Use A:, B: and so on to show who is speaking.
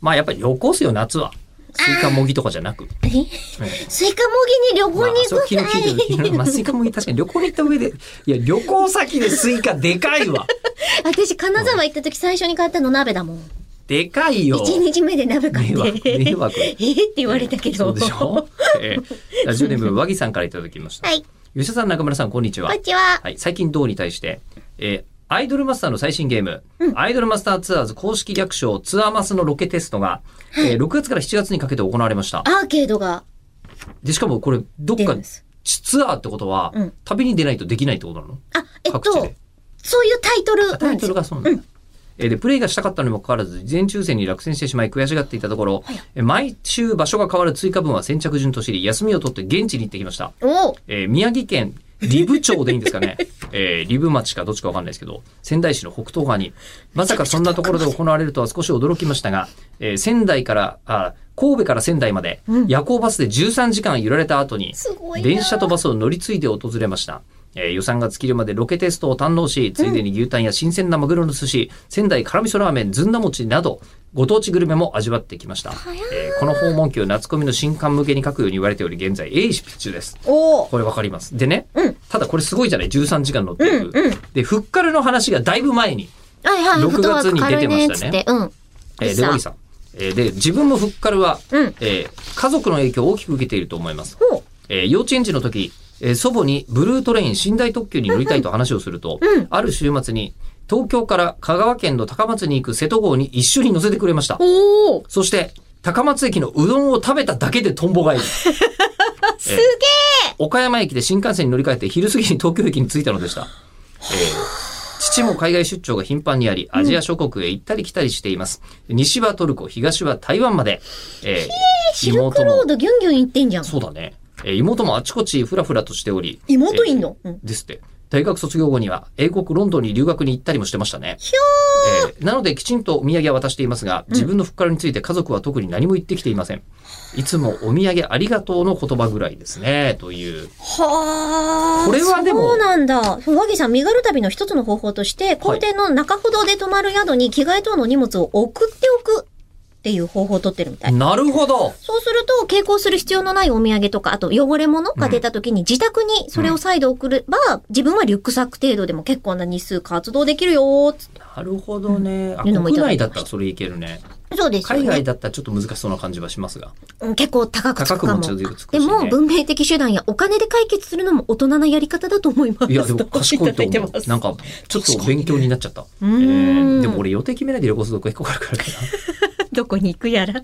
A: まあやっぱり旅行っすよ、夏は。スイカもぎとかじゃなく。
B: えスイカもぎに旅
A: ま
B: 行
A: あ
B: に、
A: それ
B: 行
A: 昨
B: く
A: 日聞
B: の
A: いた時に、まあ、スイカもぎ確かに旅行に行った上で、いや、旅行先でスイカでか いわ。
B: 私、金沢行った時最初に買ったの鍋だもん。
A: でかいよ。
B: 一日目で鍋買っ
A: 迷惑
B: て。
A: 迷惑
B: えって言われたけ
A: そ
B: ど。
A: うでしょ、えー、ラジオネーム、和木さんからいただきました。
B: はい。
A: 吉田さん、中村さん、こんにちは。
B: こんにちは。
A: はい、最近どうに対して、えーアイドルマスターの最新ゲーム、アイドルマスターツアーズ公式略称ツアーマスのロケテストが、えー6月から7月にかけて行われました。
B: アーケードが
A: で、しかもこれ、どっ
B: 出
A: か
B: ます。
A: ちツアーってことは、
B: うん
A: 旅に出ないとできないってことなの
B: あ、えっ
A: 各地
B: と
A: で、。
B: そういうタイトル
A: あタ
B: なん
A: イト
B: です
A: ル
B: よ。
A: がそうなんだ。えーで、プレイがしたかったのにもかかわらず、全抽選に落選してしまい悔しがっていたところ、えー毎週場所が変わる追加分は先着順と知り、休みを取って現地に行ってきました。
B: おう
A: えー宮城県リブ町でいいんですかね、 えー、リブ町かどっちかわかんないですけど仙台市の北東側にまさかそんなところで行われるとは少し驚きましたが、えー仙台からあ神戸から仙台まで夜行バスで13時間揺られた後に
B: すごいな
A: 電車とバスを乗り継いで訪れました。えー予算が尽きるまでロケテストを堪能し、ついでに牛タンや新鮮なマグロの寿司、仙台辛味噌ラーメン、ずんだ餅など、ご当地グルメも味わってきました。
B: 早い
A: えーこの訪問記を夏コミの新刊向けに書くように言われており、現在、鋭意執筆中です。
B: おう
A: これわかります。でね、
B: うん
A: ただこれすごいじゃない13時間乗っていく。
B: うんうん
A: で、フッカルの話がだいぶ前に、
B: はいはい、
A: 6
B: フットワーク軽いねっ
A: 月
B: つ
A: に
B: っ
A: 出
B: て。うん。
A: えー、
B: 実
A: デ
B: は
A: ボギさん。えーで、自分もフッカルは、
B: うん
A: えー家族の影響を大きく受けていると思います。
B: ほう。
A: えー幼稚園児の時、えー祖母にブルートレイン寝台特急に乗りたいと話をすると、
B: うん
A: ある週末に、東京から香川県の高松に行く瀬戸号に一緒に乗せてくれました。
B: おお
A: そして、高松駅のうどんを食べただけでトンボ返り。すげえ岡山駅で新幹線に乗り換えて昼過ぎに東京駅に着いたのでした。えー父も海外出張が頻繁にあり、アジア諸国へ行ったり来たりしています。西はトルコ、東は台湾まで。えー
B: シルクロードギュンギュン行ってんじゃん。
A: そうだね。えー妹もあちこちふらふらとしており。
B: 妹いんの、うん
A: えーですって。大学卒業後には英国ロンドンに留学に行ったりもしてましたね。
B: ひょ
A: えーなのできちんとお土産は渡していますが、自分のふっからについて家族は特に何も言ってきていません。いつもお土産ありがとうの言葉ぐらいですね、という。
B: ーはあ。
A: これはでも
B: そうなんだ。和木さん、身軽旅の一つの方法として、校庭の中ほどで泊まる宿に着替え等の荷物を送っておくっていう方法を取ってるみたい。
A: なるほど
B: そうすると、傾向する必要のないお土産とか、あと汚れ物が出た時に自宅にそれを再度送れば、自分はリュックサック程度でも結構な日数活動できるよーっつって
A: なるほどね。あ、
B: いうのもい
A: 国内
B: ただきました
A: だったらそれいけるね。
B: そうですよ
A: 海
B: ね。
A: 外だったらちょっと難しそうな感じはしますが。
B: うん結構高くつくか
A: 高
B: も。
A: くも近づくし
B: で
A: ね
B: も、文明的手段やお金で解決するのも大人なやり方だと思います。
A: いや、でも 賢いと
B: ただて
A: 思
B: ます
A: う。なんか、ちょっと勉強になっちゃった。え
B: うーん
A: ーでも俺予定決めないで旅行するとこ結構あるからな。
B: どこに行くやら。